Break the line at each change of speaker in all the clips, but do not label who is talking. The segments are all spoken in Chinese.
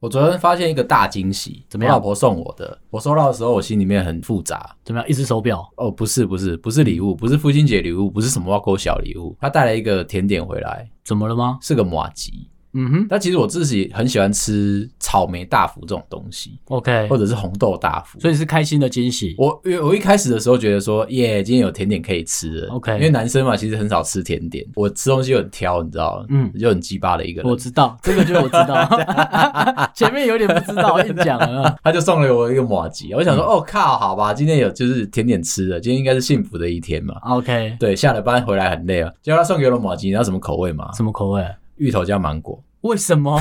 我昨天发现一个大惊喜，
怎么样
我老婆送我的，我收到的时候我心里面很复杂。
怎么样？一只手表，嗯
哦，不是不是不是礼物，不是父亲节礼物，不是什么挖沟小礼物，她带了一个甜点回来，
怎么了吗？
是个马吉。
嗯哼
但其实我自己很喜欢吃草莓大福这种东西，
，OK，
或者是红豆大福。
哎所以是开心的惊喜。
我因为我一开始的时候觉得说，耶，今天有甜点可以吃了。
OK
因为男生嘛，其实很少吃甜点，我吃东西又很挑，你知道，
嗯
就很鸡巴的一个人。
我知道这个，就我知 道，前面有点不知道，硬讲了。
他就送了我一个马吉，我想说，
嗯
哦靠，好吧，今天有就是甜点吃了，今天应该是幸福的一天嘛。
OK，
对，下了班回来很累啊，结果他送给我的马吉，你知道什么口味吗？
什么口味？
芋头加芒果。
为什么？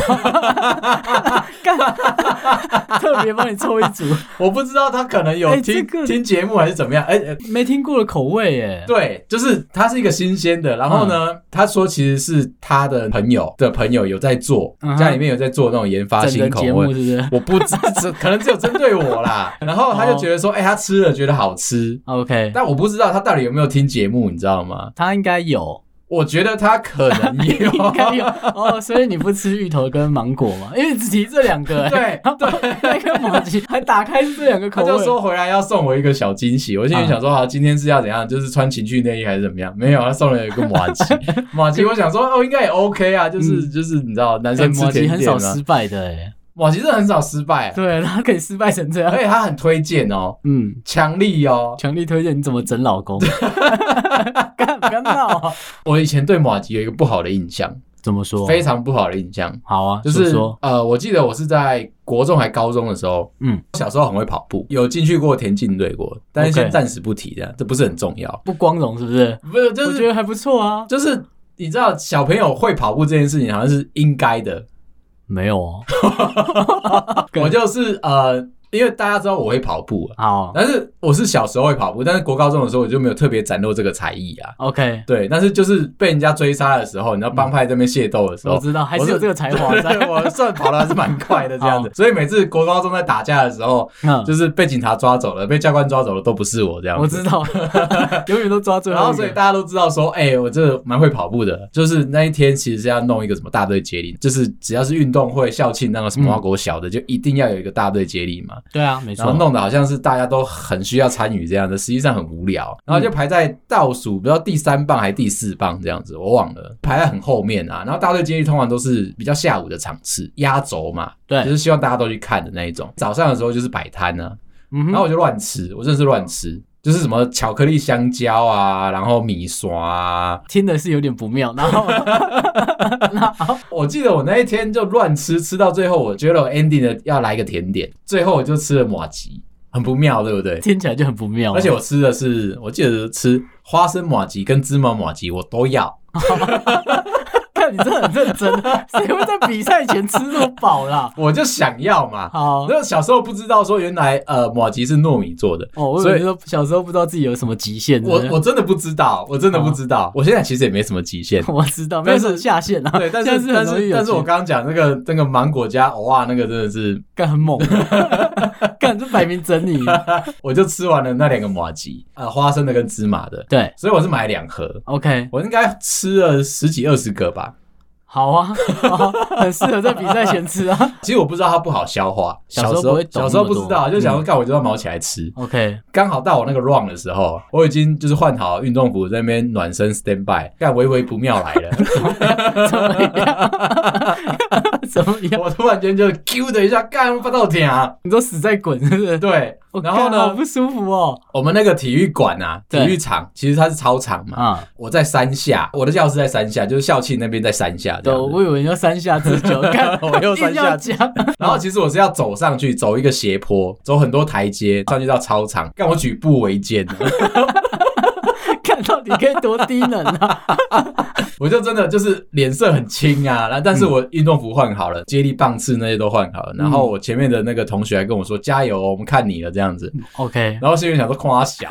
干， 特别帮你凑一组，
我不知道他可能有
哎
听、
这个
听节目还是怎么样，哎、哎
没听过的口味耶。
对，就是它是一个新鲜的。然后呢，
嗯
他说其实是他的朋友的朋友有在做，
嗯哼
家里面有在做那种研发
整
新
人
口
节目
味
是。不是
我不知，只可能只有针对我 啦。然后
哦
他就觉得说，哎、他吃了觉得好吃，
？OK，
但我不知道他到底有没有听节目，你知道吗？
他应该有，
我觉得他可 能有，啊
应该有哦。所以你不吃芋头跟芒果嘛？因为只提这两个，哎，
对对。
那个马吉还打开这两个
他
口
就
味，啊
说回来要送我一个小惊喜，我心里想说，好，今天是要怎样？就是穿情趣内衣还是怎么样？没有，他啊送了一个马 吉，马吉，我想说，哦，应该也 OK 啊，就是
嗯
就是，你知道，男
哎
生吃
马吉
甜
很
点啊
少
嘛
失，败的，哎，
马吉是很少失败 啊，
对，他可以失败成这
而
样。
且他很推荐哦，
嗯，
强力哦。
强力推荐你怎么整 老公？干不要闹啊！
我以前对马吉有一个不好的印象，
怎么说？
非常不好的印象，
好啊，
就是
说说
呃，我记得我是在国中还高中的时候，
嗯，
小时候很会跑步，有进去过田径队过，但是
OK
先暂时不提的，这不是很重要，
不光荣是不是？
不是就
我觉
是
得还不错啊。
就是。你知道小朋友会跑步这件事情好像是应该的，
没有 哦，
我就是呃，因为大家知道我会跑步啊，
好
但是我是小时候会跑步，但是国高中的时候我就没有特别展露这个才艺啊，
，OK，
对，但是就是被人家追杀的时候，你知道帮派这边械斗的时候，
我知嗯道，还是有这个才华
对
在。
我算跑的还是蛮快的这样子，所以每次国高中在打架的时候，
嗯
就是被警察抓走了、被教官抓走了都不是我这样子。
我知道， 永远都抓最
然后
后一
所以
个。
大家都知道说，哎、我这蛮会跑步的。就是那一天其实是要弄一个什么大队接力，就是只要是运动会、校庆那个什么
嗯
花国小的，就一定要有一个大队接力嘛。
对啊，没
然后
错。
弄得好像是大家都很需要参与这样的，实际上很无
嗯
聊。然后就排在倒数，不知道第三棒还是第四棒这样子，我忘了，排在很后面啊。然后大队接力通常都是比较下午的场次，压轴嘛，就
对，
是希望大家都去看的那一种。早上的时候就是摆摊啊，
嗯
然后
哼，
我就乱吃，我真的是乱吃。就是什么巧克力香蕉啊，然后米刷啊，
听的是有点不妙。然 后
我记得我那一天就乱吃，吃到最后，我觉得我 ending 的要来一个甜点，最后我就吃了马吉，很不妙，对不对？
听起来就很不妙。
而 且我吃的是，我记得吃花生马吉跟芝麻马吉，我都要。
看你真的很认真，谁会在比赛前吃那么饱啦？
我就想要嘛。
好，
那小时候不知道说原来呃马吉是糯米做的，
哦，我以
所
为
以
你说小时候不知道自己有什么极限。
我
是不
我真的不知道，我真的不知道。我现在其实也没什么极限
是。 我知道，没
但
有
是
什么下限啊。
对，但
现
是
在是
但
很容易
是
有
但是我
钱
刚刚讲那个那个芒果加偶哇，那个真的是，
干 很猛，干这摆明整你。
我就吃完了那两个马吉，呃，花生的跟芝麻的，
对
所以我是买两盒，
，OK，
我应该吃了十几二十个吧。
好啊， 好很适合在比赛前吃啊。
其实我不知道它不好消化，
小
小
时候
时
不
候
会懂
小时候
那么
不
多嗯
知道，就想说干我就要毛起来吃。
OK，
刚好到我那个 run 的时候，我已经就是换好运动服，在那边暖身 stand by，但微微不妙来 了，
怎么样？怎么样？
我突然间就 Q 的一下，干不到点啊！
你都死在滚，是不是？
对
我，
然后
干好
呢，
不舒服哦。
我们那个体育馆啊，体
对
育场其实它是操场嘛，
啊，
我在山下，我的教室在山下，就是校庆那边在山下这
对，
样子。
我以为你要三下之 久，干
我又三下
硬要讲。
然后其实我是要走上去，走一个斜坡，走很多台阶，上去到操场，干我举步维艰 啊，
看到底可以多低能 啊！
我就真的就是脸色很青啊，然后但是
嗯
我运动服换好了，接力棒次那些都换好了，然后我前面的那个同学还
嗯
跟我说加油哦，我们看你了这样子，
OK，
然后心里想说夸小，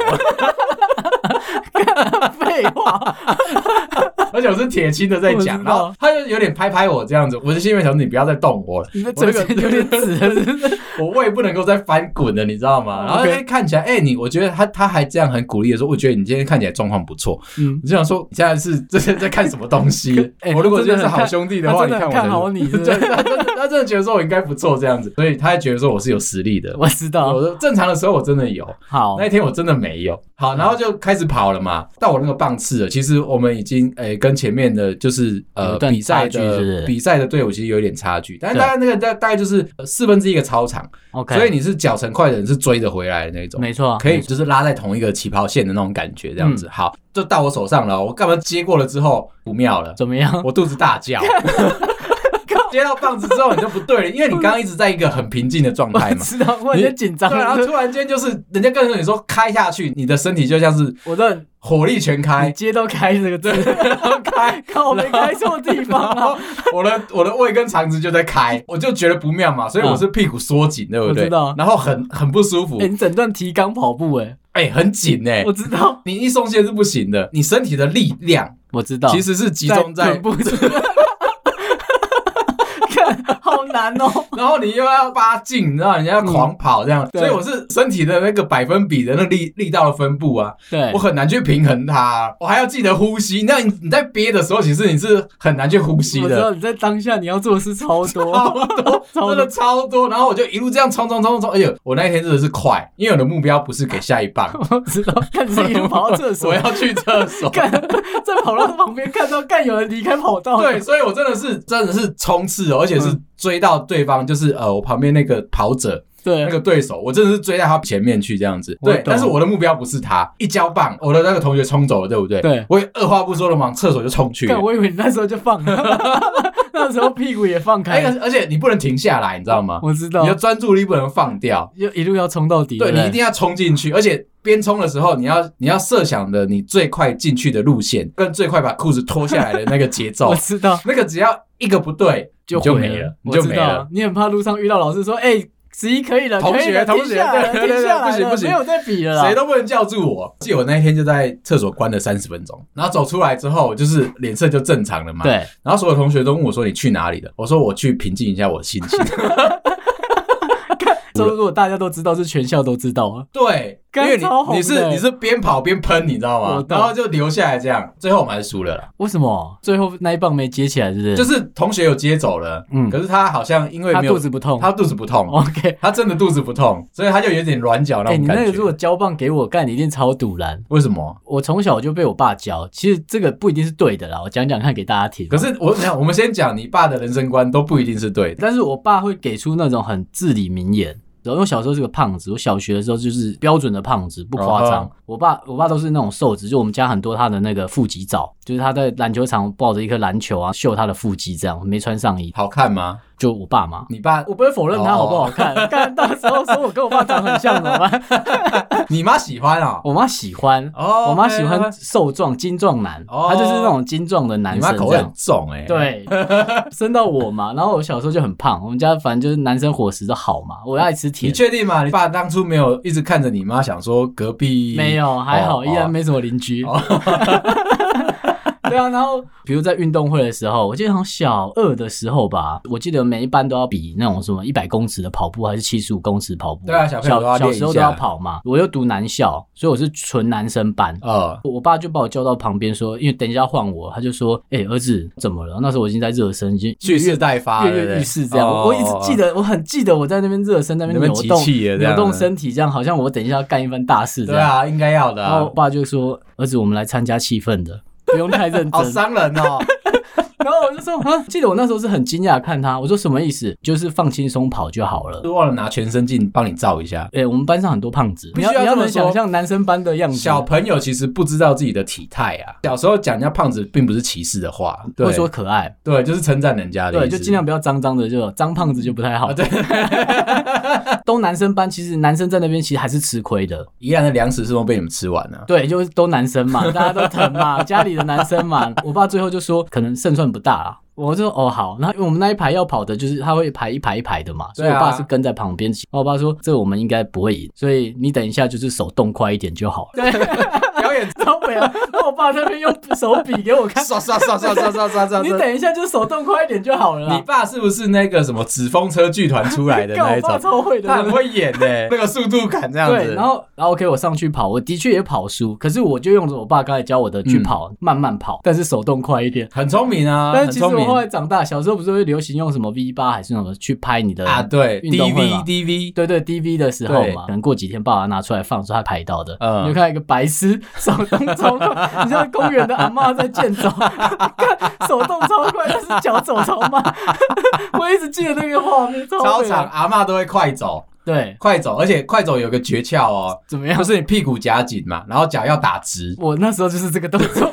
废话，
而且我是铁青的在
我
讲，然
知道
后他就有点拍拍我这样子，我的心里面想说你不要再动我了，
你的嘴唇有点紫了，是不是？
我胃不能够再翻滚了，你知道吗？
哦 OK
然后哎看起来，哎、你我觉得他他还这样很鼓励的说，我觉得你今天看起来状况不错，
嗯，
我就想说你现在是这是在看什么东西？
哎
我如果
他真
真的是
的很看
好兄弟的话，
他真
你
的
看
很
我才
看好 你，是不
对，
是？
他真的他真的觉得说我应该不错这样子，所以他还觉得说我是有实力 的。
我知道，
我正常的时候我真的有，
好
那，一天我真的没有。好，
嗯
然后就开始跑了嘛，到我那个棒次了。其实我们已经诶、跟前面的就是
有
呃
一段
比赛
差距是不是
的比赛的队伍其实有一点差距，但是
对
大概那个大大概就是呃四分之一个操场，
OK，
所以你是脚程快的人是追得回来的那种。
没错，嗯
可以就是拉在同一个起跑线的那种感觉，这样子、好，就到我手上了。我干嘛接过了之后不妙了，
怎么样？
我肚子大 叫。接到棒子之后你就不对了，因为你刚刚一直在一个很平静的状态
我
嘛。
知道，我有点紧张
对，啊然后突然间就是人家跟着你说开下去，你的身体就像是
我的
火力全
你
开，
接都开这个字，
开。
靠，我没开错地方
然后
啊！
我的我的胃跟肠子就在开，我就觉得不妙嘛，所以我是屁股缩紧，对不
嗯我
对
知道？
然后很很不舒服
哎，，你整段提纲跑步，哎，
哎，很紧哎
我，知道，
你一松懈是不行的，你身体的力量
我知道，
其实是集中在
啊臀部， 看，好难哦。
然后你又要八进，你知道人家要狂跑这样，
嗯对
所以我是身体的那个百分比的那力力道的分布啊，
对
我，很难去平衡它啊、我还要记得呼吸。那你你在憋的时候，其实你是很难去呼吸
我知道
的。
你在当下你要做的事超
超
多，
多，
超多
真的超多，然后我就一路这样冲冲冲冲冲，哎呦，我那一天真的是快，因为我的目标不是给下一 棒，
我知道，看你是一路跑到厕所
我，要去厕 所。
看，在跑道旁边看到干有人离开跑道，
对，，所以我真的是真的是冲刺哦，而且
嗯
是追到对方，就是呃，我旁边那个跑者，那
对，
个对手，我真的是追在他前面去这样子。
我
对
懂，
但是我的目标不是他，一交棒，我的那个同学冲走了，对不对？
对
我也二话不说的往厕所就冲去了
干，。我以为你那时候就放了， 那时候屁股也放
哎
开，了，
而且你不能停下来，你知道吗？
我知道
你的，专注力不能放掉，
就一路要冲到底，
对
不
你一定要冲进去，而且边冲的时候，你要你要设想的你最快进去的路线，跟最快把裤子脱下来的那个节奏
我，知道，
那个只要一个不对
就
你就
毁
没了，你
我
就
知
没
道
了。，
你很怕路上遇到老师说，哎，十一可以了，
同
可以
学
了
同
停
学
下来了
对对
停
对
下来
不行
了
不行
没有再比了啦，
谁都不能叫住我。记得我那一天就在厕所关了三十分钟，然后走出来之后，就是脸色就正常了嘛。。
对，
然后所有同学都问我说：“你去哪里了？”我说：“我去平静一下我的心 情。
这如果大家都知道，是全校都知道啊”，
对，因
干
为你
超红的欸
你是你是边跑边喷，你知道
我
吗？
懂
然后就留下来这样，最后我们还是输了啦。
为什么最后那一棒没接起来，是不是？
就是同学有接走了，
嗯
可是他好像因为
他
没有
肚子不痛
他肚子不痛，
，OK。
他真的肚子不痛，所以他就有点软脚
哎、
那
你
种
那
感
个如果
觉。
交棒给我干，你一定超堵然。
为什么？
我从小就被我爸教，其实这个不一定是对的啦，我讲讲看给大家听。
可是我想，我们先讲你爸的人生观都不一定是对的。
但是我爸会给出那种很至理名言。然后因为我小时候是个胖子，我小学的时候就是标准的胖子，不夸张。
哦
我爸我爸都是那种瘦子，就我们家很多他的那个腹肌照，就是他在篮球场抱着一颗篮球啊，秀他的腹肌这样，没穿上衣。
好看吗？
就我爸嘛，
你爸
我不会否认他
哦
好不好看，看、到时候说我跟我爸长很像怎么办？
你妈喜欢啊、
我妈喜欢，
哦
我妈喜
OK，OK
欢瘦壮精壮男，
哦
她就是那种精壮的男
你妈
生
口
这
味
样
很。重哎、，
对，生到我嘛，然后我小时候就很胖，我们家反正就是男生伙食都好嘛，我爱吃
你
甜。
确定吗？你爸当初没有一直看着你妈，想说隔壁
没有，还好，
哦
依然 没什么邻居。对啊，然后比如在运动会的时候，我记得好像小二的时候吧，我记得每一班都要比那种什么一百公尺的跑步，还是七十五公尺跑步。
对啊小朋友都要
小小
练一
时候都要
下
跑嘛。我又读男校，所以我是纯男生班。
呃，
我爸就把我叫到旁边说，因为等一下换我，他就说：“哎、儿子，怎么了？”那时候我已经在热身，已经
蓄势待发，
跃跃欲试这样。
哦
我我一直记
得
得，我很记得我在那边热身，在那边
那
扭
边
动
集气了这样啊
扭动身体，这样好像我等一下要干一番大事这
对
样。哦
啊，应该要的、
然后
啊
我，爸就说：“儿子，我们来参加气氛的，不用太 认
好
真。
伤人 哦。
然后我就说：“啊，记得我那时候是很惊讶看他，我说什么意思？就是放轻松跑就好了。”
忘了拿全身镜帮你照一下。
哎、我们班上很多胖子，
必
你
须
要
要
你要
这么
能想
说
象男生班的样子。
小朋友其实不知道自己的体态啊，小时候讲人家胖子并不是歧视的话，
嗯或
对，
者说可爱，
对，就是称赞人家的
对，
意思
就尽量不要脏脏的，就脏胖子就不太好。
啊，对，
都男生班，其实男生在那边其实还是吃亏的。
宜兰的粮食是都被你们吃完啊了、
对，就是都男生嘛，大家都 疼嘛，家里的男生嘛。我爸最后就说，可能胜算不大啦。我就说哦好，那因为我们那一排要跑的，就是他会排一排一排的嘛，所以
对
我
啊
爸是跟在旁边骑。然后我爸说这我们应该不会赢，所以你等一下就是手动快一点就好了。
不要表演，
超北啊！那我爸在那边用手比给我看，
刷刷刷刷刷刷刷 刷。
你等一下就手动快一点就好了啦。
你爸是不是那个什么纸风车剧团出来的
干
那一
我爸
种？
超会的，
他很会演呢、 那个速度感这样子。
对，然后然后 OK，我上去跑，我的确也跑输，可是我就用着我爸刚才教我的去
嗯
跑，慢慢跑，但是手动快一点。
很聪明啊，
但
很
是其实
聪
我
明
后来长大，小时候不是会流行用什么 V 八还是什么去拍你的
啊，对
运动会嘛
，DV DV，
对对，DV 的时候
对
嘛，可能过几天爸爸拿出来放的时候，他拍到的，
嗯
你就看到一个白痴手动操控， 你像公园的阿嬷在健走，看手动超快，但是脚走超慢， 我一直记得那个画面，超
操
美啊
场阿嬷都会快走，
对，
快走，而且快走有个诀窍哦，
怎么样
就？是你屁股夹紧嘛，然后脚要打 直，
我那时候就是这个动 作，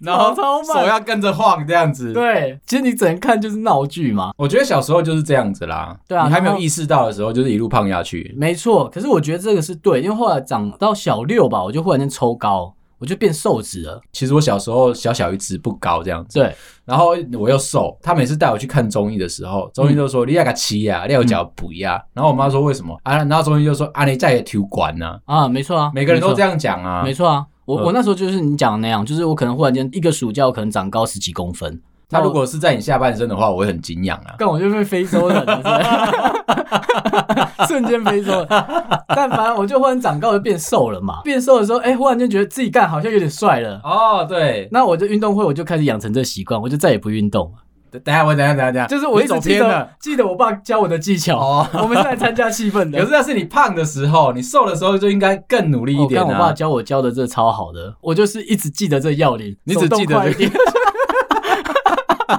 然后
超慢
手要跟着晃这样子。，
对，其实你只能看就是闹剧嘛，
我觉得小时候就是这样子啦。
对啊
你还没
然
有
后
意识到的时候，就是一路胖下去。
没错。可是我觉得这个是对，因为后来长到小六吧，我就忽然间抽高，我就变瘦子了，
其实我小时候小小一只，不高这样子。
对，
然后我又瘦，他每次带我去看中医的时候，中医
嗯
就说：“你要个吃呀，你要脚补呀。”然后我妈说：“为什么？”啊，然后中医就说：“啊，你再也体管呢。
啊，没错啊”，
每个人
没
都
错
这样讲啊
没。错啊，我、
嗯
我那时候就是你讲的那样，就是我可能忽然间一个暑假，我可能长高十几公分。
他
那我
如果是在你下半身的话，我会很敬仰啊。
干我就被非洲人了，是不是 瞬间非洲人。但反正我就忽然长高，我就变瘦了嘛。变瘦的时候，哎、忽然间觉得自己干好像有点帅了。
哦，对，
那我就运动会，我就开始养成这习惯，我就再也不运动了。
等等一下我等一下等一下等一下，
就是我一
你
直
走
记
偏了。
得记得我爸教我的技巧，
哦
我们是来参加气氛的
可。是那是你胖的时候，你瘦的时候就应该更努力一
我
点
哦看我爸
啊。
教我教的这超好的，我就是一直记得这要领，
你只记
手动快
得
一
这
点，
个，他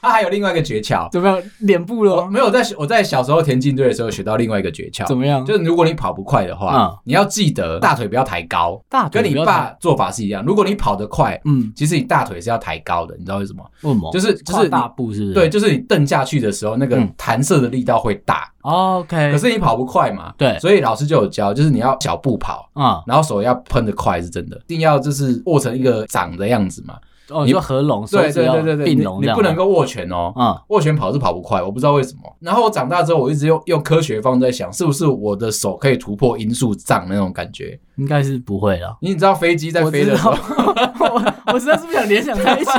啊还有另外一个诀窍。
怎么样？脸部
我
了，
没有在我在小时候田径队的时候学到另外一个诀窍，
怎么样？
就是如果你跑不快的话，
嗯
你要记得大腿不要抬高，
大腿
跟你
不要
爸做法是一样。如果你跑得快，
嗯，
其实你大腿是要抬高的，你知道为什么？
为什么？
就是就是
哦跨
你
大步是不是？
对，就是你蹬下去的时候，那个
嗯
弹射的力道会大，
哦，OK。
可是你跑不快嘛，
对
所以老师就有教，就是你要小步跑。
啊、
然后手要喷得快是真的，一定要就是握成一个掌的样子嘛。
哦，你说合拢，手
对
指
对
要
对对对，
并
你
拢
你
这样
不能够握拳哦，
啊、
握拳跑是跑不快，我不知道为什么。然后我长大之后，我一直用用科学方在想，是不是我的手可以突破音速障那种感觉？
应该是不会了。
你知道飞机在
我
飞
知
的时
道
候，，
我我实在是不想联想在 一起，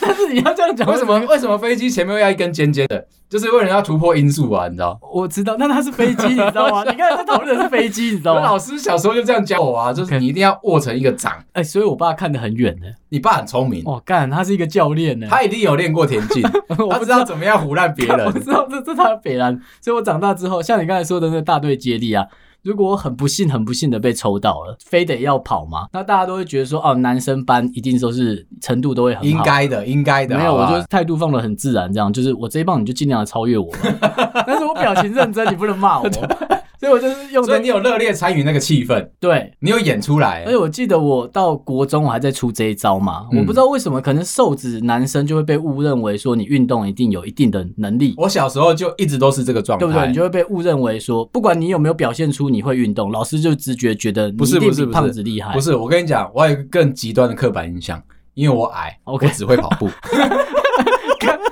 但是你要这样讲，
为什么？为什么飞机前面要一根尖尖的？就是为了要突破音速啊，你知道？
我知道，那它是 飞机，你知道吗？你刚才在讨论的是飞机，你知
我
道吗？
老师小时候就这样教我啊，就是
OK
你一定要握成一个掌。
哎、所以我爸看得很远呢。
你爸很聪明，
哇，干，他是一个教练呢。
他一定有练过田径，
我
他
不
知道怎么样唬烂别
我
人。
知道这这他的北兰，所以我长大之后，像你刚才说的那个大队接力啊，如果我很不幸、很不幸的被抽到了，非得要跑嘛，那大家都会觉得说，哦，男生班一定都是程度都会很好，
应该的，应该的。
没有，
好不
我
好
就是态度放的很自然，这样就是我这一棒你就尽量的超越我 吧，但是我表情认真，你不能骂我，所以我就是用
啊所以
这
你有热烈参与那个气氛，
对。
你有演出来
而。且我记得我到国中，我还在出这一招嘛，
嗯
我不知道为什么，可能瘦子男生就会被误认为说你运动一定有一定的能力，
我小时候就一直都是这个状态，
对不对？你就会被误认为说，不管你有没有表现出你会运动，老师就直觉觉得你
不是
一定
不是
比
不是
胖子厉害。
不是，我跟你讲，我还有一个更极端的刻板印象，因为我 矮
OK
我只会跑步。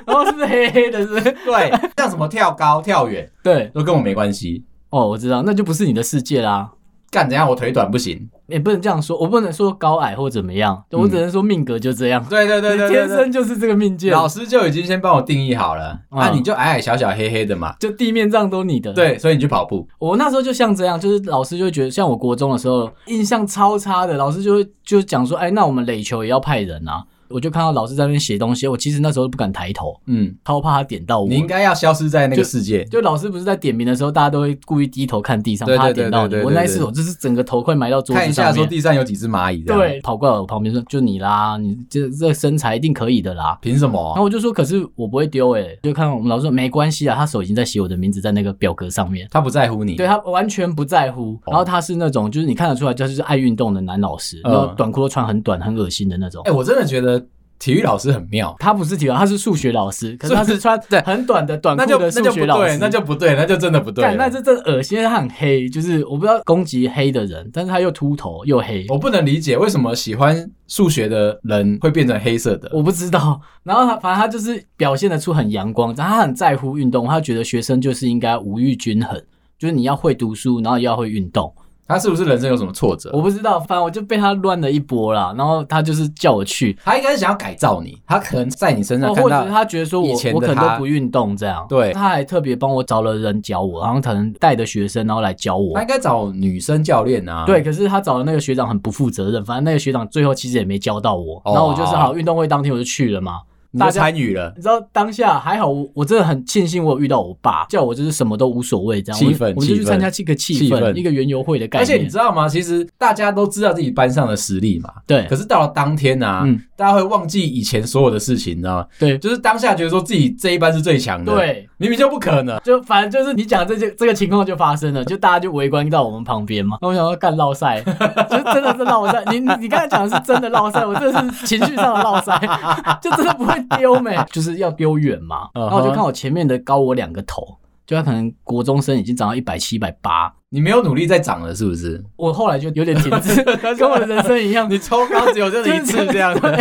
然后是不是黑黑的？是不是？
对，像什么跳高、跳远
对，
都跟我没关系。
哦，我知道，那就不是你的世界啦。
干怎样？我腿短不行。
也不能这样说，我不能说高矮或怎么样，我只能说命格就这样，
对嗯 对对对
你
对
天
对
生就是这个命贱，
老师就已经先帮我定义好了，那、啊、
嗯
你就矮矮小小黑黑的嘛。
就地面上都你的。，
对，所以你去跑步。
我那时候就像这样，就是老师就觉得，像我国中的时候印象超差的，老师就会就讲说，哎，那我们垒球也要派人啊。我就看到老师在那边写东西，我其实那时候不敢抬头，
嗯，
超怕他点到我。
你应该要消失在那个世界。
就老师不是在点名的时候，大家都会故意低头看地上，
对
怕他
对对
点到你
对。对
我
对
那一
对
次，我就是整个头快埋到桌
看
子
一下
上
说
面。
地上有几只蚂蚁这样。，
对，跑过来我旁边说：“就你啦，你这这身材一定可以的啦。”
凭什
然
么？
后我就说：“可是我不会丢诶、就看我们老师说：“没关系啊，他手已经在写我的名字在那个表格上面。”
他不在乎你。
对他完全不在乎，
哦
然后他是那种就是你看得出来，就是爱运动的男老师，
嗯
然后短裤都穿很短，很恶心的那种
哎、。我真的觉得体育老师很妙。
他不是体育老师，他是数学老师，可是他
是
是穿
对
很短的短
那
裤
就
的
那
数
就不
学老
对，
师，
那就不对，那就真的不对了。
干，那这真的恶心，因为他很黑，就是我不知道攻击黑的人，但是他又秃头又黑，
我不能理解为什么喜欢数学的人会变成黑色的。
我不知道。然后他反正他就是表现得出很阳光，然后他很在乎运动，他觉得学生就是应该无欲均衡，就是你要会读书，然后也要会运动。
他是不是人生有什么挫折？
我不知道，反正我就被他乱了一波啦。然后他就是叫我去，
他应该是想要改造你，他可能在你身上
哦，
看
或
到
者是他觉得说
以
我
前的
我可能
他
都不运动这样，
对
他还特别帮我找了人教我，然后可能带的学生然后来教我
他。应该找女生教练啊。
对，，可是他找的那个学长很不负责任，反正那个学长最后其实也没教到我，
哦
然后我就是好运动会当天我就去了嘛。
你就
大家
参与了。
你知道当下还好我，我真的很庆幸我有遇到我爸，叫我就是什么都无所谓这样，
气
我
氛
我们就
气
去
氛
参加这个气
气
氛
氛
一个园游会的概
而
念。
且你知道吗？其实大家都知道自己班上的实力嘛，
对
可是到了当天啊，
哎嗯
大家会忘记以前所有的事情，你知道吗？
对
就是当下觉得说自己这一班是最强的，，
对，
明明就不可能。
就反正就是你讲这些这个情况就发 生了，就大家就围观到我们旁边嘛。那我想要干绕赛，就真的是绕赛。你你你刚才讲的是真的绕赛，我这是情绪上的绕赛， 就真的不会丢没，就是要丢远嘛。
嗯哼
然后我就看我前面的高我两个头，就他可能国中生已经长到一百七、一百八。
你没有努力在长了，是不是？
我后来就有点停 滞，跟我的人生一样。
你抽高只有这一次这样的，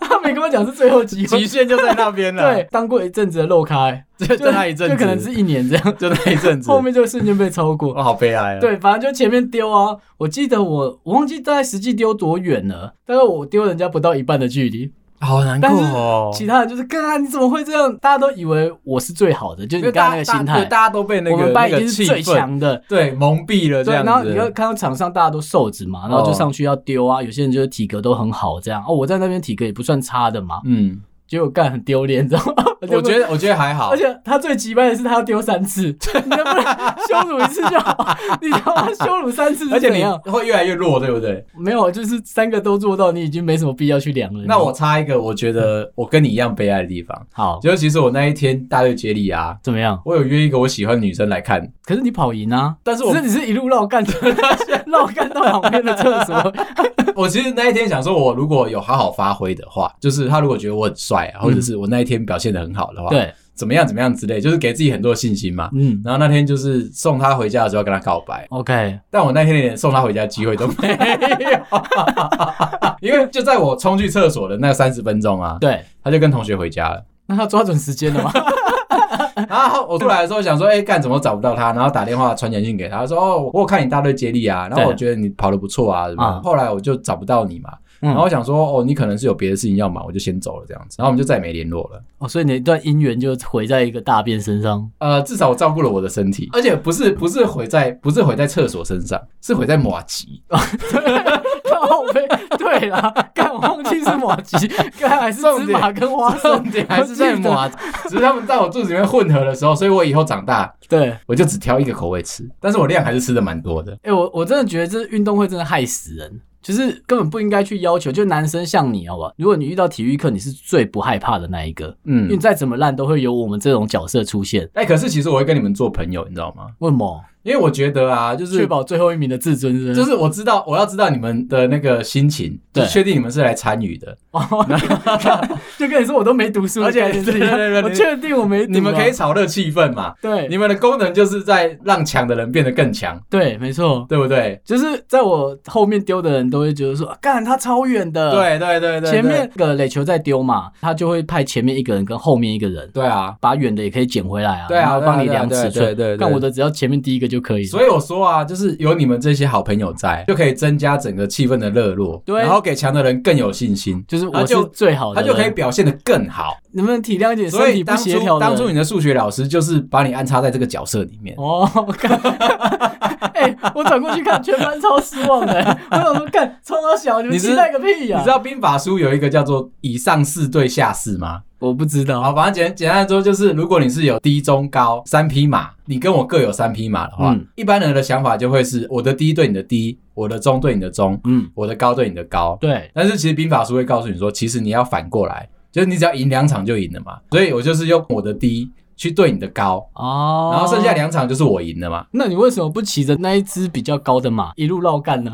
他没跟我讲是最后机
极
会，
限就在那边了。
对，当过一阵子的漏开，
对，就就那一阵子，
就可能是一年这样，
就那一阵子，
后面就瞬间被超过。
我好悲哀啊。，
对，反正就前面丢啊，我记得我我忘记大概实际丢多远了，但是我丢人家不到一半的距离，
好难过
但是
哦。
其他人就是，干你怎么会这样？大家都以为我是最好的，就是
因
你
为
刚
大
刚那
家
个心
大对
态，
大家都被那
我
个
们班
那
已
个
经是
气
最
氛
强的。
对蒙蔽了这
对，
样
然后你要
子。
看到场上大家都瘦子嘛，然后就
哦
上去要丢啊，有些人就是体格都很好这样，哦，我在那边体格也不算差的嘛，
嗯，
结果干很丢脸，你知道吗？
我觉得我觉得还好
而，且他最急掰的是他要丢三次， 你能不能羞辱一次就好？ 你他妈羞辱三次
而
是
且
怎
你
样？
会越来越弱，对不对？
没有，就是三个都做到，你已经没什么必要去量了。
那我插一个，我觉得我跟你一样悲哀的地方，
好
就是其实我那一天大队接力啊，
怎么样？
我有约一个我喜欢的女生来看，
可是你跑赢啊，
但是
只
我
是你是一路绕干的， 绕干到旁边的厕 所。
我其实那一天想说，我如果有好好发挥的话，就是他如果觉得我很帅啊，或者是我那一天表现的很好的话，，
嗯对，
怎么样怎么样之类，就是给自己很多信心嘛。
嗯
然后那天就是送她回家的时候跟她告白，
，OK，
但我那天连送她回家的机会都没有， 因为就在我冲去厕所的那三十分钟啊，
对。
她就跟同学回家了。
那他抓准时间了吗？
然后我出来的时候想说，哎、干怎么找不到他？然后打电话传简讯给他，说哦，我有看你大队接力啊，然后我觉得你跑得不错啊，什么
啊
后来我就找不到你嘛，
嗯
然后我想说，哦，你可能是有别的事情要忙，我就先走了这样子，然后我们就再也没联络了。
哦，所以你那段姻缘就毁在一个大便身上。
呃，至少我照顾了我的身体，而且不是不是毁在不是毁在厕所身上，是毁在马吉。
靠背，对啦，干我忘记是马吉， 干还是芝
重点
麻跟花生
重点 还是在
哦我
马，只是他们在我肚子里面混合的时候，所以我以后长大
记 得。对，哎、
我就只挑一个口味吃，但是我量还是吃的蛮多的。
我我真的觉得这运动会真的害死人，就是根本不应该去要求。就男生像你，好吧，如果你遇到体育课，你是最不害怕的那一个，因为
嗯，
再怎么烂都会有我们这种角色出现。
哎、可是其实我会跟你们做朋友，你知道吗？
为什么？
因为我觉得啊，就是
确保最后一名的自尊是不是？
就是我知道，我要知道你们的那个心情，就
对
确定你们是来参与的。
哦 就跟你说我都没读书的
而且
概念是一样，
对对对对
我确定我没读啊
你们可以炒热气氛嘛？
对，
你们的功能就是在让强的人变得更强，
对，没错。
对不对？
就是在我后面丢的人都会觉得说，啊干他超远的，
对对对对，
嗯前面那个垒球在丢嘛，他就会派前面一个人跟后面一个人，
对对啊，
把远的也可以捡回来啊，
对啊
然后帮你
对啊
量
对啊
尺
对对
寸。
对对
但我的只要前面第一个就可以了。
所以我说啊，就是有你们这些好朋友在，就可以增加整个气氛的热络，
对
然后给强的人更有信心，
就是
他
我是
就
最好的
他
人，
就可以表现得更好。
能不能体谅一点
所
身
以
体不
当
协调
初
的人？
当初你的数学老师就是把你安插在这个角色里面，
哦，看， 哎、我转过去看，全班超失望的、欸我想说，干，超到小，你们
你是
期待个屁呀、
你知道兵法书有一个叫做“以上四对下四”吗？
我不知道，
好，反正简简单来说，就是如果你是有低、中、高三匹马，你跟我各有三匹马的话，
嗯
一般人的想法就会是我的低对你的低，我的中对你的中，
嗯，
我的高对你的高。
对，
但是其实兵法书会告诉你说，其实你要反过来，就是你只要赢两场就赢了嘛。所以我就是用我的低去对你的高，
哦，
然后剩下，两场就是我赢了嘛。
那你为什么不骑着那一只比较高的马一路绕干 呢？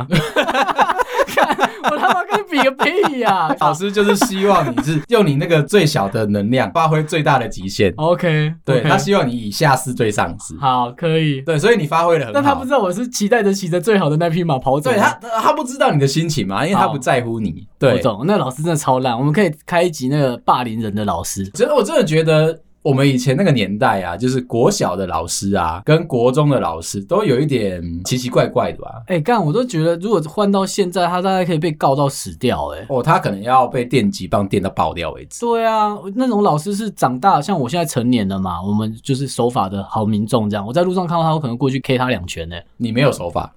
看，我他妈跟你比个屁呀、
老师就是希望你是用你那个最小的能量发挥最大的极限，
OK，
对
OK
他希望你以下四对上四，
好可以，
对，所以你发挥的很好。
但他不知道我是期待着骑着最好的那匹马跑走。
对他，他不知道你的心情嘛，因为他不在乎你。
哦我
对，
懂。那老师真的超烂，我们可以开一集那个霸凌人的老师。
其实我真的觉得我们以前那个年代啊，就是国小的老师啊，跟国中的老师都有一点奇奇怪怪的吧。
哎、干，我都觉得如果换到现在，他大概可以被告到死掉、哎。
哦，他可能要被电击棒电到爆掉为止。
对啊，那种老师是长大，像我现在成年了嘛，我们就是守法的好民众这样。我在路上看到他，我可能过去 K 他两拳呢、
你没有手法。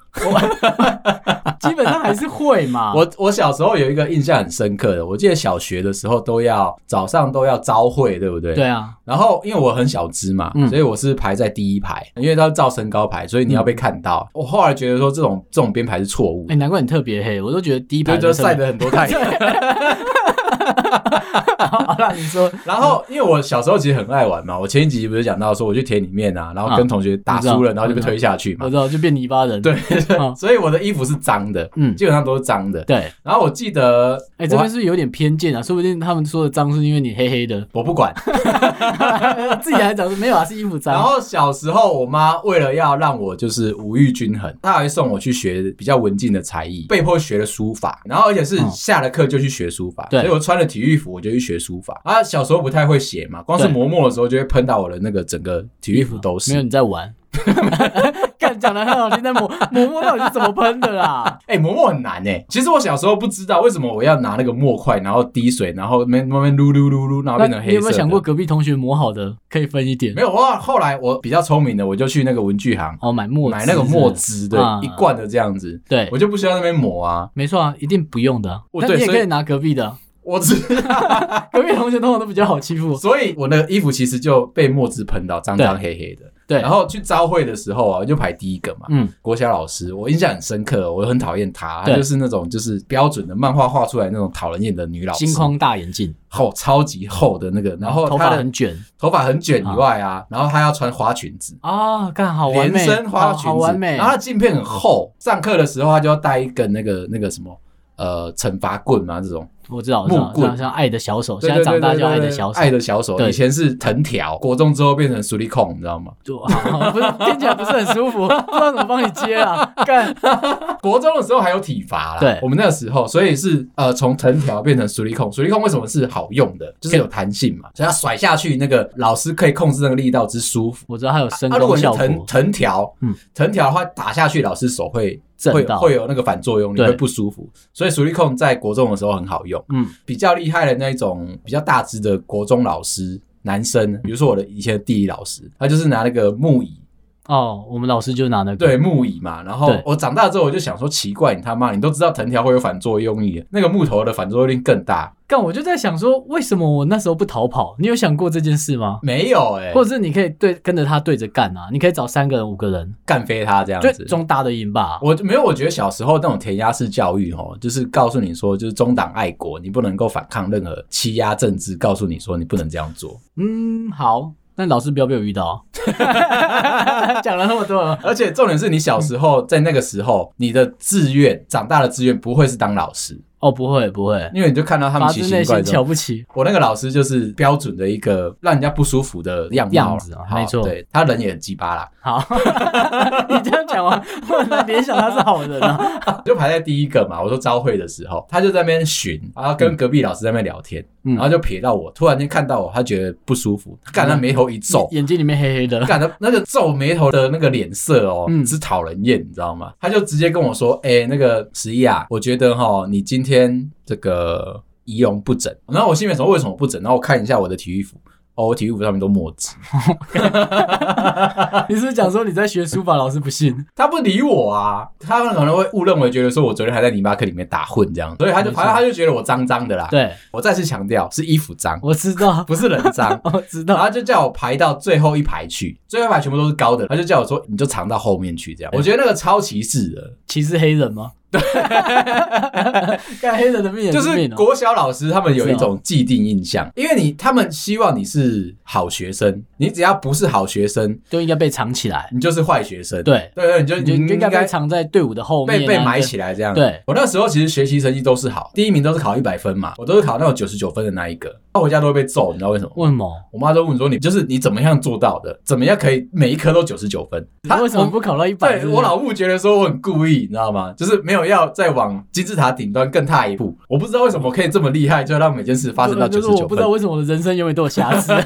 基本上还是会嘛。
我我小时候有一个印象很深刻的，我记得小学的时候都要早上都要朝会，对不对？
对。啊，
然后因为我很小只嘛，
嗯
所以我是排在第一排，因为它是照身高排，所以你要被看到。我后来觉得说这种这种编排是错误
哎、，难怪你特别黑，我都觉得第一
就
排
就
特别
晒得很多太阳。
好了，你 说
然后，因为我小时候其实很爱玩嘛，我前一集不是讲到说我去田里面啊，然后跟同学打输了，
啊
然后就被推下去
我
嘛
知。道，就变泥巴人。
对，
啊
所以我的衣服是脏的，
嗯，
基本上都是脏的。
对。
然后我记得，
哎、这
我
边是不是有点偏见啊？说不定他们说的脏是因为你黑黑 的，
我不 管。
自己还讲说没有啊，是衣服
然
脏。
后小时候，我妈为了要让我就是五育均衡，她还送我去学比较文静的才艺，被迫学了书法，然后而且是
嗯
下了课就去学书法，
对
所以我穿了体育服我就去学书法。啊，小时候不太会写嘛，光是
对啊
磨墨的时候就会喷到我的那个整个体育服都是
没有。你在玩。 干讲的很好听，但磨磨墨到底是怎么喷的啦？
哎、磨墨很难哎、其实我小时候不知道为什么我要拿那个墨块，然后滴水，然后慢慢慢噜噜噜噜，然后
那
变成黑色的。
你有没有想过隔壁同学磨好的可以分一点
没？有，我后来我比较聪明的，我就去那个文具行
哦，买墨
买那个
汁是
墨
不是
汁，对，
啊
一罐的这样子，
对
我，就不需要那边磨啊。
没错啊，一定不用的啊。
哦
但
对
你也
所以
可以拿隔壁的，
我知
隔壁同学通常都比较好欺 负。
所以我的衣服其实就被墨汁喷到，脏脏黑黑的。
对
然后去招会的时候啊，我就排第一个嘛。
嗯，
国小老师，我印象很深刻，我很讨厌她，她
对
就是那种就是标准的漫画画出来那种讨人厌的女老师，
金框大眼镜，
厚，超级厚的那个，然后
头
她
发
的
很卷
头发很卷以外啊，然后她要穿花裙子。
啊，干好完
连
美，
身花
好
裙子，
好完美
然。后她镜片很厚，上课的时候她就要带一根那个那个什么呃惩罚棍嘛，这种
我知道，我
木
知道，
棍
像像爱的小手，
对
现
对
在
对
长大
对
叫
对
爱的
对
小手，
爱的小手，
对
以前是藤条，国中之后变成苏力控，你知道吗？
就好，不是听起来不是很舒服，不知道怎么帮你接啊。干，
国中的时候还有体罚啦，
对
我们那个时候，所以是呃从藤条变成苏力控，苏力控为什么是好用的？就是有弹性嘛，所以它甩下去，那个老师可以控制那个力道之舒服。
我知道还有 声
啊，如果
光
你
效
藤
果，
藤条，
嗯
藤条的话打下去，老师手会
震
会
到
会有那个反作用力，
对
会不舒服。所以苏力控在国中的时候很好用。
嗯，
比较厉害的那种比较大只的国中老师，男生，比如说我的以前的地理老师，他就是拿那个木椅，
哦，我们老师就拿那个，
对木椅嘛。然后
对
我长大之后我就想说，奇怪，你他妈，你都知道藤条会有反作用力，那个木头的反作用力更大，
干，我就在想说，为什么我那时候不逃跑？你有想过这件事吗？
没有哎、
或者是你可以对跟着他对着干啊，你可以找三个人、五个人，
干飞他这样
就
子。
总打得赢吧。
我没有，我觉得小时候那种填鸭式教育，哦，就是告诉你说，就是中党爱国，你不能够反抗任何欺压政治，告诉你说你不能这样做。
嗯，好，那老师不要被我遇到。哦 讲了那么多了，
而且重点是你小时候在那个时候，你的志愿，长大的志愿不会是当老师，
哦，不会不会，
因为你就看到他们
发
奇
自
形
内
怪
心瞧
状。
不起。
我那个老师就是标准的一个让人家不舒服的样貌
样子啊
好
没错
对他人也很鸡巴啦，
好，你这样讲完，我很难联想他是好人 啊。
就排在第一个嘛。我说招会的时候，他就在那边巡，然后跟隔壁老师在那边聊天，
嗯
然后就瞥到我，突然间看到我，他觉得不舒服，干他眉头一皱，
眼睛里面黑 黑 的，
干他那个皱眉头的那个脸色哦，
嗯
是讨人厌，你知道吗？他就直接跟我说：“哎、那个十一啊，我觉得哈，你今天这个仪容不整。”然后我心里面说：“为什么不整？”然后我看一下我的体育服，哦，我体育服上面都墨汁。
你是不是讲说你在学书法，老师不信？
他不理我啊，他可能会误认为觉得说我昨天还在泥巴克里面打混这样，所以他就
没错
反正他就觉得我脏脏的啦。
对，
我再次强调，是衣服脏，
我知道，。
不是人脏
我知
然
道。
后就叫我排到最后一排去，最后一排全部都是高的，他就叫我说你就藏到后面去这样。我觉得那个超歧视的，
歧视黑人 吗？对，看黑人的命也
就是是
命哦、
国小老师他们有一种既定印象，因为你他们希望你是好学生，你只要不是好学生，
就应该被藏起来。
你就是坏学生。
对，
对对，你就
你就
你
应该被藏在队伍的后面、
被
啊，
被埋起来这样。
对，
我那时候其实学习成绩都是好，第一名都是考一百分嘛，我都是考那种九十九分的那一个，那回家都会被揍，你知道为什么吗？
为什么？
我妈都问我说你就是你怎么样做到的，怎么样可以每一科都九十九分？她
为什么不考到一百？
对我老母觉得说我很故意，你知道吗？就是没有要再往金字塔顶端更踏一步。我不知道为什么可以这么厉害，就让每件事发生到
就
九
是
十
我
九
不知道
分。
为什么我的人生永远都有瑕疵。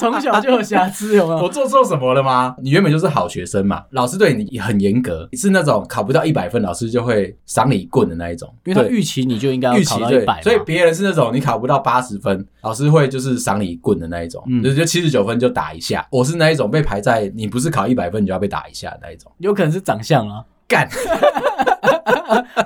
从小就有瑕疵，有没有？
我做错什么了吗？你原本就是好学生嘛，老师对你很严格，是那种考不到一百分，老师就会赏你一棍的那一种。
因为他
对
预期你就应该要
预
考
期
到一
对
百，，
所以别人是那种你考不到八十分，老师会就是赏你一棍的那一种，
嗯
就是就七十九分就打一下。我是那一种被排在你不是考一百分你就要被打一下的那一种。
有可能是长相啊。
干，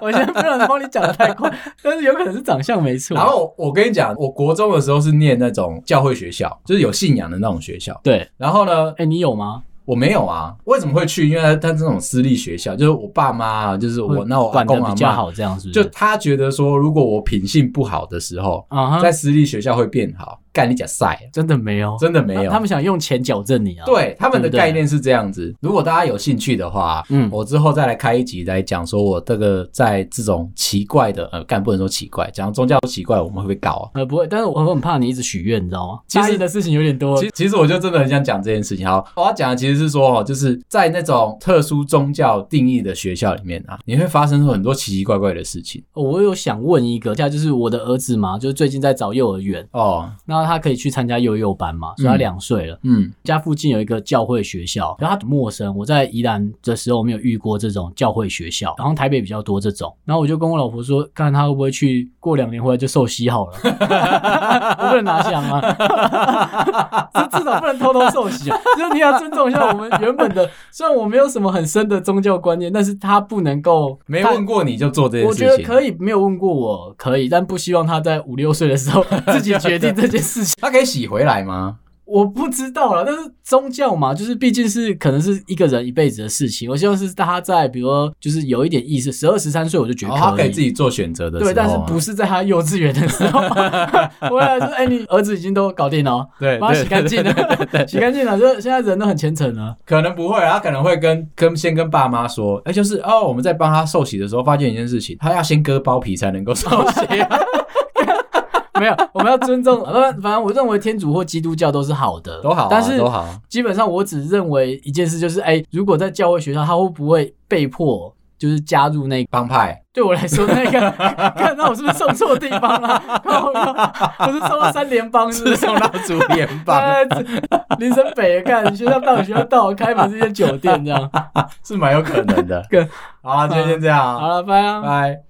我现在不能帮你讲的太快，但是有可能是长相没错。
然后我跟你讲，我国中的时候是念那种教会学校，就是有信仰的那种学校。
对，
然后呢，
哎、你有吗？
我没有啊，为什么会去？因为他他这种私立学校，就是我爸妈啊，就是我
会
那我阿
管的
公阿
比较
妈，
好，这样是不？
就是他觉得说，如果我品性不好的时候，
啊哈
在私立学校会变好。干你假赛啊，
真的没有，
真的没有。
他们想用钱矫正你啊。，
对他们的
对不对
概念是这样子。如果大家有兴趣的话，
嗯
我之后再来开一集来讲，说我这个在这种奇怪的呃，干不能说奇怪，讲宗教奇怪，我们会被告啊。
呃，不会，但是我很怕你一直许愿，你知道吗？
其实
大一的事情有点多
其，实其实我就真的很想讲这件事情。好，我要讲的其实是说哦，就是在那种特殊宗教定义的学校里面啊，你会发生很多奇奇怪怪的事情
哦我有想问一个，现在就是我的儿子嘛，就是最近在找幼儿园，
哦。
那他可以去参加幼幼班嘛，所以他
嗯
两岁了。
嗯，
家附近有一个教会学校，然后他很陌生。我在宜兰的时候我没有遇过这种教会学校，然后台北比较多这种。然后我就跟我老婆说，看他会不会去，过两年回来就受 洗好了，我不能拿香啊， 至至少不能偷偷受洗啊。就是你要尊重一下我们原本的，虽然我没有什么很深的宗教观念，但是他不能够
没问过你就做这件
我
事
觉
情，
得可以，没有问过我可以，但不希望他在五六岁的时候 自己 决定这件事情。
他可以洗回来吗？
我不知道了，但是宗教嘛，就是毕竟是可能是一个人一辈子的事情。我希望是他在比如说就是有一点意识，十二十三岁我就觉得
哦，他可
以。
以自己做选择的时候
对，
啊，
但是不是在他幼稚园的时 候，回来说：“哎、你儿子已经都搞定了哦，
对
帮他
对
洗干净了，洗干净了。”这现在人都很虔诚了。
可能不会啊，他可能会跟跟先跟爸妈说，哎、就是哦，我们在帮他受洗的时候发现一件事情，他要先割包皮才能够受 洗。
没有，我们要尊重。呃，反正我认为天主或基督教都是好的，
都好啊
但是
都好啊
基本上我只认为一件事，就是哎、如果在教会学校，他会不会被迫就是加入那
帮派，
对我来说那个， 看那我是不是送错地方了、靠腰我是送到三联帮是 不
是
是？
送到主联邦，
哎，林森北看学校到学校到，开门是一间酒店这样。
是蛮有可能的
跟。
好啊，今天先这样啊，
好了，拜啊。
拜。